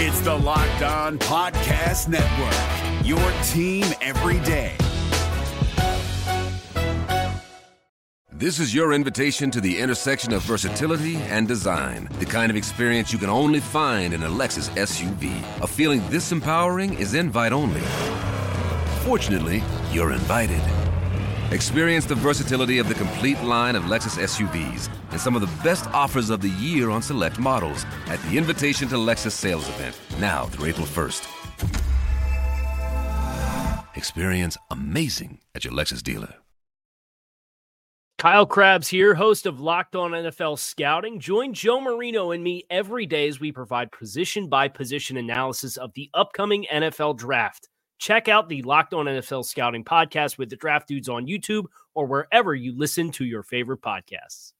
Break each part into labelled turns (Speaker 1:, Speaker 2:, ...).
Speaker 1: It's the Locked On Podcast Network, your team every day.
Speaker 2: This is your invitation to the intersection of versatility and design. The kind of experience you can only find in a Lexus SUV. A feeling this empowering is invite only. Fortunately, you're invited. Experience the versatility of the complete line of Lexus SUVs and some of the best offers of the year on select models at the Invitation to Lexus sales event, now through April 1st. Experience amazing at your Lexus dealer.
Speaker 3: Kyle Krabs here, host of Locked On NFL Scouting. Join Joe Marino and me every day as we provide position by position analysis of the upcoming NFL draft. Check out the Locked On NFL Scouting podcast with the draft dudes on YouTube or wherever you listen to your favorite podcasts.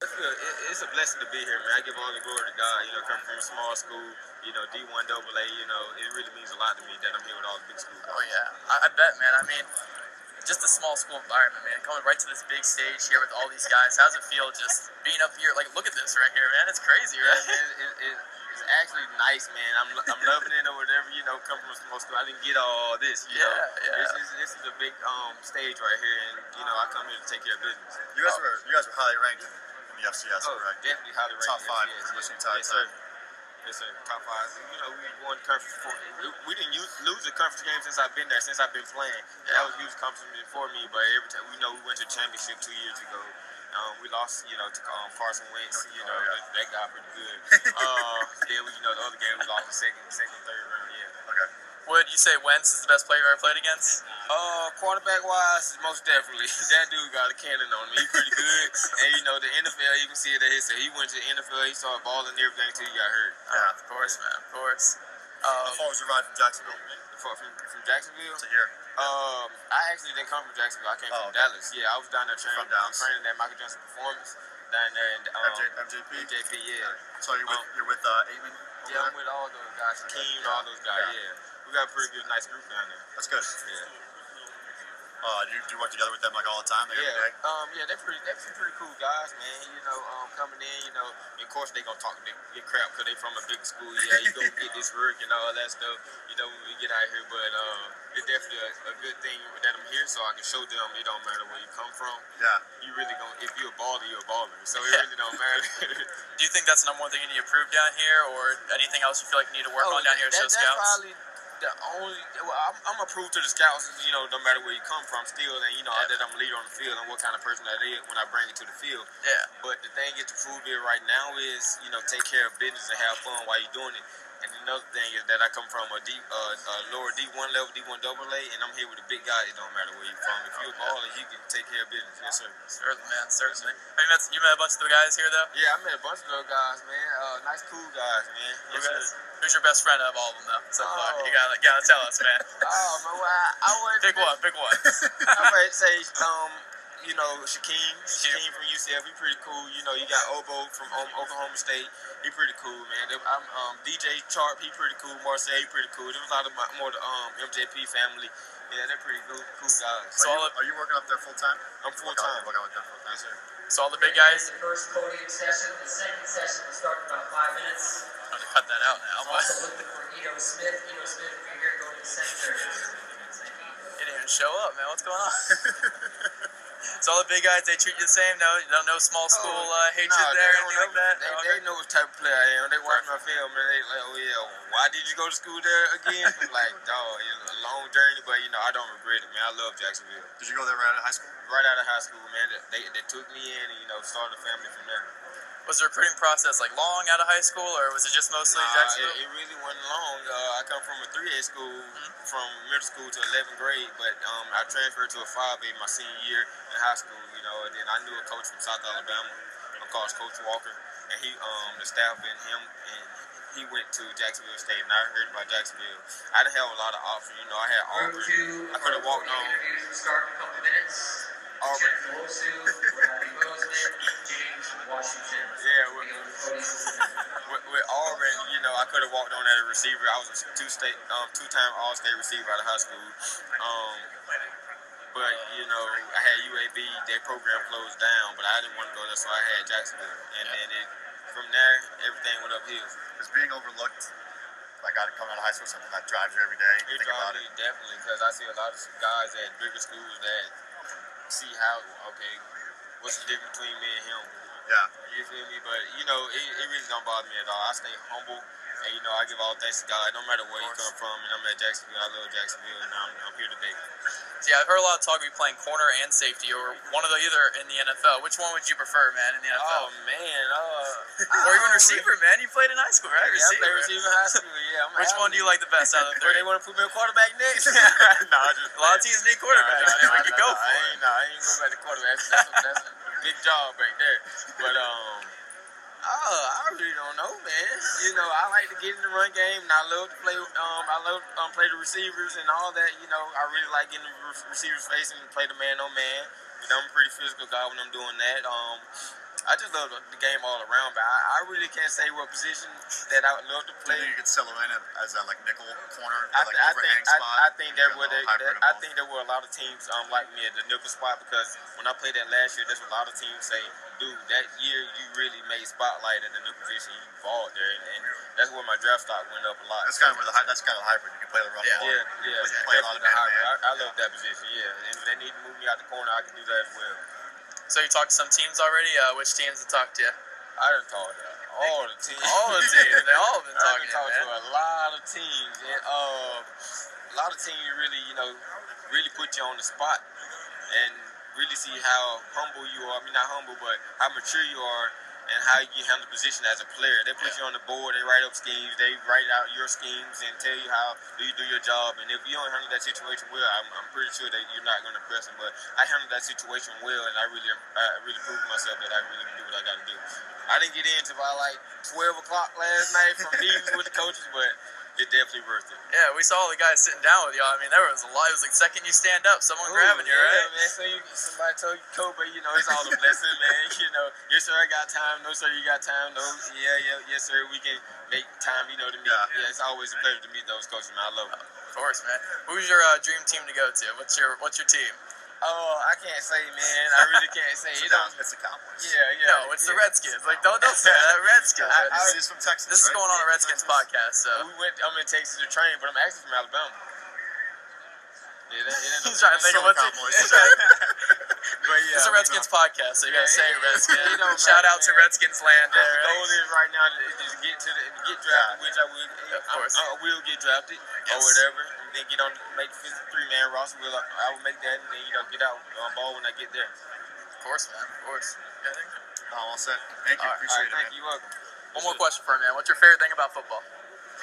Speaker 4: I feel it- It's a blessing to be here, man. I give all the glory to God. You know, coming from a small school, you know, D1 AA, you know, it really means a lot to me that I'm here with all the big school guys.
Speaker 5: Oh yeah, I, I bet, man. I mean, just a small school environment, man. Coming right to this big stage here with all these guys. How's it feel just being up here? Like, look at this right here, man. It's crazy,
Speaker 4: Yeah,
Speaker 5: right?
Speaker 4: man, it, it, it's actually nice, man. I'm, lo- I'm loving it or whatever, you know, coming from a small school. I didn't get all this, you know.
Speaker 5: Yeah, yeah.
Speaker 4: This, is, this is a big um, stage right here, and, you know, I come here to take care of business.
Speaker 5: Oh.
Speaker 6: You guys were you guys were highly ranked in the FCS,
Speaker 4: Oh,
Speaker 6: correct?
Speaker 4: definitely highly ranked.
Speaker 6: Top five,
Speaker 4: Yes,
Speaker 6: pretty much
Speaker 4: yes,
Speaker 6: the entire
Speaker 4: yes, sir.
Speaker 6: time.
Speaker 4: Yes, sir. Top five. You know, we won conference. For, we didn't use, lose a conference game since I've been there, since I've been playing. That was huge accomplishment for me. But every time we know we went to championship two years ago, um, we lost. You know, to um, Carson Wentz. You know, that, that got pretty good. uh, then we, you know, the other game we lost the second, second, third round. Yeah.
Speaker 6: Okay.
Speaker 5: Would you say Wentz is the best player you've ever played against?
Speaker 4: Uh, quarterback wise, most definitely. That dude got a cannon on him. He pretty good. and you know, the NFL, you can see it. That he said he went to the NFL. He saw ball and everything until he got hurt.
Speaker 5: Yeah, of course, man. Of course. Um,
Speaker 6: How far was your ride from Jacksonville
Speaker 4: The fuck From, from Jacksonville.
Speaker 6: to here?
Speaker 4: Um, I actually didn't come from Jacksonville. I came from
Speaker 6: Oh, okay.
Speaker 4: Dallas. Yeah, I was down there training,
Speaker 6: From Dallas.
Speaker 4: training at Michael Johnson Performance down there in um,
Speaker 6: MJ, MJP.
Speaker 4: MJP, Yeah,
Speaker 6: So you're with
Speaker 4: Um,
Speaker 6: you're with uh, Aitman. over
Speaker 4: yeah, I'm
Speaker 6: there?
Speaker 4: with all those guys, Keem,
Speaker 6: Yeah.
Speaker 4: all those guys.
Speaker 6: Yeah.
Speaker 4: Yeah. we got a pretty good, nice group down there.
Speaker 6: That's good.
Speaker 4: Yeah.
Speaker 6: Uh, do you, do you work together with them like all the time, like every day?
Speaker 4: Yeah, um, yeah, they're pretty, they're some pretty cool guys, man. You know, um, coming in, you know, of course they gonna talk their, their crap because they from a big school. Yeah, you gonna get this work and all that stuff. You know, when we get out here, but uh, it's definitely a, a good thing that I'm here, so I can show them it don't matter where you come from.
Speaker 6: Yeah.
Speaker 4: You really gonna if you a baller, you a baller. So it
Speaker 5: Yeah.
Speaker 4: really don't matter.
Speaker 5: do you think that's the number one thing you need to improve down here, or anything else you feel like you need to work on down here to
Speaker 4: Oh, that-
Speaker 5: show
Speaker 4: that's
Speaker 5: scouts?
Speaker 4: probably the only. Well, I'm, I'm approved to the scouts, you know, no matter where you come from, still, and you know
Speaker 5: Yeah.
Speaker 4: that I'm a leader on the field and what kind of person that is when I bring it to the field.
Speaker 5: Yeah.
Speaker 4: But the thing is, to prove it right now is, you know, take care of business and have fun while you're doing it. And another thing is that I come from a D, uh, a lower D1 level, D1 double A, and I'm here with a big guy. It don't matter where you're from. If you're a baller, you can take care of business. Yes, sir.
Speaker 5: Certainly, man. Certainly. Have you met you met a bunch of the guys here though?
Speaker 4: Yeah, I met a bunch of those guys, man. Uh, nice, cool guys, man. Yes,
Speaker 5: You
Speaker 4: sir.
Speaker 5: guys- Who's your best friend out of all of them though? So far,
Speaker 4: Oh.
Speaker 5: you gotta you gotta tell us, man.
Speaker 4: Oh, man, well, I, I wouldn't.
Speaker 5: pick one. Pick one.
Speaker 4: I might say, um, you know, Shaquem. Shaquem from UCF, he pretty cool. You know, you got Obo from um, Oklahoma State, he pretty cool, man. There- I'm, um, DJ Charp, he pretty cool. Marcel, he pretty cool. There was a lot of my, more the um, MJP family. Yeah, they're pretty cool, cool guys.
Speaker 5: So
Speaker 6: Are
Speaker 5: all
Speaker 6: you,
Speaker 5: of-
Speaker 6: are you working up there full time?
Speaker 4: I'm full-time.
Speaker 6: Working with them full time.
Speaker 4: Yes, sir.
Speaker 5: So all the big guys.
Speaker 7: The first podium session, the second session will start in about five minutes.
Speaker 5: I'm gonna cut that out now.
Speaker 7: I'm
Speaker 5: But
Speaker 7: also looking for Edo Smith. Edo Smith, if you're here, go to the center.
Speaker 5: you didn't even show up, man. What's going on? so all the big guys, they treat you the same. No, no, no small school uh, hatred
Speaker 4: Oh, Nah,
Speaker 5: there,
Speaker 4: they
Speaker 5: anything
Speaker 4: don't
Speaker 5: like that.
Speaker 4: They,
Speaker 5: No,
Speaker 4: they
Speaker 5: okay.
Speaker 4: know what type of player I am. They watch my film and they like, oh yeah, why did you go to school there again? I'm like, dog, you know, a long journey, but you know, I don't regret it, man. I love Jacksonville.
Speaker 6: Did you go there right out of high school?
Speaker 4: Right out of high school, man, they, they took me in and you know started a family from there.
Speaker 5: Was the recruiting process like long out of high school, or was it just mostly
Speaker 4: Nah,
Speaker 5: Jacksonville?
Speaker 4: It, it really wasn't long. Uh, I come from a 3A school, from middle school to 11th grade, but um, I transferred to a 5A my senior year in high school, you know, and then I knew a coach from South Alabama, of course, Coach Walker, and he, um, the staff and him, and he went to Jacksonville State, and I heard about Jacksonville. I didn't have a lot of options, you know, I had
Speaker 7: Group two,
Speaker 4: Auburn. I could
Speaker 7: our
Speaker 4: have walked
Speaker 7: podium
Speaker 4: on.
Speaker 7: interviews will start in a couple of minutes.
Speaker 4: Auburn.
Speaker 7: Jeff Wilson, Bradley Bozeman, James Washington.
Speaker 4: Yeah,
Speaker 7: We
Speaker 4: we-
Speaker 7: go to the podium.
Speaker 4: With, with Auburn, you know, I could have walked on as a receiver. I was a two state, um, two time All State receiver out of high school. Um, But you know, I had UAB. Their program closed down, but I didn't want to go there, so I had Jacksonville, and then it from there everything went uphill.
Speaker 6: Is being overlooked, like out of coming out of high school, something that drives you every day.
Speaker 4: It
Speaker 6: Think
Speaker 4: drives
Speaker 6: about it.
Speaker 4: me definitely because I see a lot of guys at bigger schools that see how okay, what's the difference between me and him?
Speaker 6: Yeah.
Speaker 4: You feel me? But you know, it, it really don't bother me at all. I stay humble, and you know, I give all thanks to God, no matter where you come from. And I'm at Jacksonville. I love Jacksonville, and I'm, I'm here today.
Speaker 5: So, yeah, I've heard a lot of talk of you playing corner and safety, or one of the either in the NFL. Which one would you prefer, man, in the
Speaker 4: Oh
Speaker 5: NFL?
Speaker 4: man, uh,
Speaker 5: or even receiver, man. You played in high school,
Speaker 4: Yeah,
Speaker 5: right?
Speaker 4: I
Speaker 5: receiver.
Speaker 4: play receiver in high school. Yeah. I'm
Speaker 5: Which one do you like the best out of the
Speaker 4: Where
Speaker 5: three?
Speaker 4: they want to put me a quarterback next? no, I just
Speaker 5: A lot of teams need quarterbacks, man. we could go
Speaker 4: I
Speaker 5: for it.
Speaker 4: ain't, nah, I ain't go back to quarterback. That's, that's, a, that's a big job right there. But um, oh, I really don't know, man. You know, I like to get in the run game, and I love to play. Um, I love um play the receivers and all that. You know, I really like getting the re- receivers facing and play the man on man. You know, I'm a pretty physical guy when I'm doing that. Um. I just love the the game all around, but I, I really can't say what position that I would love to
Speaker 6: Do you
Speaker 4: play.
Speaker 6: think you could settle in as that like nickel corner,
Speaker 4: I,
Speaker 6: that, like
Speaker 4: th- I think
Speaker 6: overhang
Speaker 4: I,
Speaker 6: spot?
Speaker 4: I think that
Speaker 6: Like a
Speaker 4: were
Speaker 6: little
Speaker 4: that,
Speaker 6: hybrid
Speaker 4: that,
Speaker 6: of
Speaker 4: I
Speaker 6: both?
Speaker 4: think there were a lot of teams um like me at the nickel spot because when I played that last year, that's what a lot of teams say, dude. That year you really made spotlight at the nickel position. You balled there, and, and that's where my draft stock went up a lot.
Speaker 6: that's kind of where the hy- that's kind of hybrid. You can play the run
Speaker 5: Yeah.
Speaker 6: ball.
Speaker 4: yeah, yeah,
Speaker 6: You can play a lot of
Speaker 4: definitely the
Speaker 6: man to
Speaker 4: hybrid. I,
Speaker 6: man.
Speaker 4: I love that position. Yeah, and if they need to move me out the corner, I can do that as well.
Speaker 5: So you talked to some teams already. Uh, which teams to talk to?
Speaker 4: I done talked to all the teams.
Speaker 5: All the teams. They all have been
Speaker 4: I
Speaker 5: talking.
Speaker 4: done talked
Speaker 5: to you,
Speaker 4: to
Speaker 5: Oh, man.
Speaker 4: a lot of teams, and uh, a lot of teams really, you know, really put you on the spot and really see how humble you are. I mean, not humble, but how mature you are and how you handle the position as a player. They put you on the board. They write up schemes. They write out your schemes and tell you how do you do your job. And if you don't handle that situation well, I'm, I'm pretty sure that you're not going to press them. But I handled that situation well, and I really, I really proved myself that I really can do what I got to do. I didn't get in until about like 12 o'clock last night from meetings with the coaches, but it definitely worth it.
Speaker 5: Yeah, we saw all the guys sitting down with y'all. I mean, there was a lot. It was like second you stand up, someone
Speaker 4: Ooh,
Speaker 5: grabbing you,
Speaker 4: Oh, yeah,
Speaker 5: right?
Speaker 4: man. So you, somebody told you cold, but you know it's all a blessing, man. You know, yes sir, I got time. No sir, you got time. No, yeah, yeah, yes sir, we can make time. You know to meet. Yeah, it's always a pleasure to meet those coaches, man. I love them.
Speaker 5: Of course, man. Who's your uh, dream team to go to? What's your What's your team?
Speaker 4: Oh, I can't say, man. I really can't say.
Speaker 6: It's
Speaker 4: You
Speaker 6: the
Speaker 4: know,
Speaker 6: Cow- It's the Cowboys.
Speaker 4: yeah, yeah.
Speaker 5: no, it's the
Speaker 4: yeah.
Speaker 5: Redskins. Like, don't don't say that. Redskins.
Speaker 4: I- I-
Speaker 6: He's from Texas.
Speaker 5: this is
Speaker 6: right?
Speaker 5: going on a Redskins podcast, so
Speaker 4: We went. I'm in Texas to train, but I'm actually from Alabama. Yeah, that, yeah, that-
Speaker 5: he's trying to think of what's
Speaker 6: Cowboys.
Speaker 5: he's trying-
Speaker 4: But yeah, I
Speaker 5: This is a
Speaker 4: mean,
Speaker 5: Redskins podcast, so you gotta
Speaker 4: Yeah,
Speaker 5: say
Speaker 4: it- it- it don't
Speaker 5: Redskins. Shout out to
Speaker 4: matter, man.
Speaker 5: Redskins land
Speaker 4: The
Speaker 5: there.
Speaker 4: goal is right now to just get to the get drafted, which I will.
Speaker 5: Of course.
Speaker 4: I, I will get drafted or
Speaker 5: Yes.
Speaker 4: whatever, and then get on make three man roster. Will I, I will make that, and then you know get out on ball when I get there.
Speaker 5: Of course, man. Of course. You got anything?
Speaker 6: Oh, all set. Thank you.
Speaker 4: All
Speaker 5: All right,
Speaker 6: Appreciate
Speaker 4: right, thank
Speaker 6: it. man.
Speaker 4: you. Welcome.
Speaker 5: One more question for you, man. What's your favorite thing about football?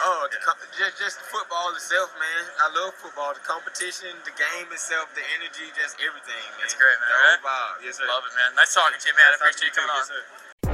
Speaker 4: Oh, the com- just just football itself, man. I love football. The competition, the game itself, the energy, just everything. Man.
Speaker 5: It's great, man,
Speaker 4: The whole
Speaker 5: right?
Speaker 4: vibe. Yes, sir.
Speaker 5: Love it, man. Nice talking to you, man. I
Speaker 4: Nice talking to
Speaker 5: appreciate you coming
Speaker 4: too.
Speaker 5: on.